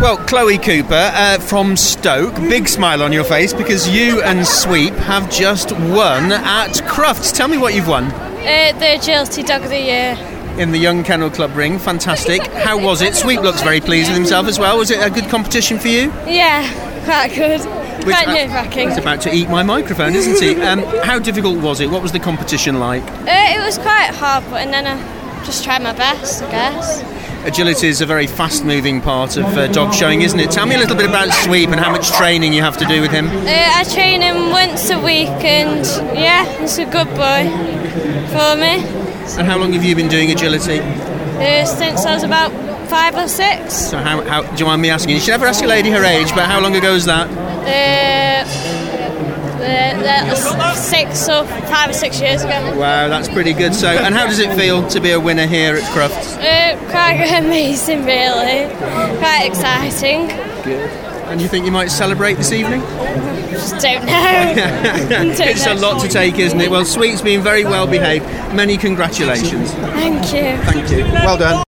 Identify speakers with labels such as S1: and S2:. S1: Well, Chloe Cooper uh, from Stoke, big smile on your face because you and Sweep have just won at Crufts. Tell me what you've won
S2: Uh, the agility dog of the year.
S1: in the Young Kennel Club ring. Fantastic. How was it? Sweep looks very pleased with himself as well. Was it a good competition for you?
S2: Yeah, quite good.
S1: Which-
S2: quite nerve wracking.
S1: He's
S2: Uh,
S1: about to eat my microphone, isn't he? Um, how difficult was it? What was the competition like?
S2: Uh, it was quite hard, but and then I just tried my best, I guess.
S1: Agility is a very fast moving part of uh, dog showing, isn't it? Tell me a little bit about Sweep and how much training you have to do with him.
S2: Uh, I train him once a week, and yeah, he's a good boy for me
S1: And how long have you been doing agility?
S2: uh, since I was about five or six.
S1: So, how, how do you mind me asking? You should never ask a lady her age, but how long ago was that?
S2: Uh, uh, that was six or five or six years ago.
S1: Wow, that's pretty good. So, and how does it feel to be a winner here at Crufts?
S2: Uh, quite amazing, really. Quite exciting.
S1: Good. And you think you might celebrate this evening?
S2: Just don't know. Don't
S1: It's a
S2: know.
S1: lot to take, isn't it? Well, Sweet's been very well behaved. Many congratulations.
S2: Thank you.
S1: Thank you. Well done.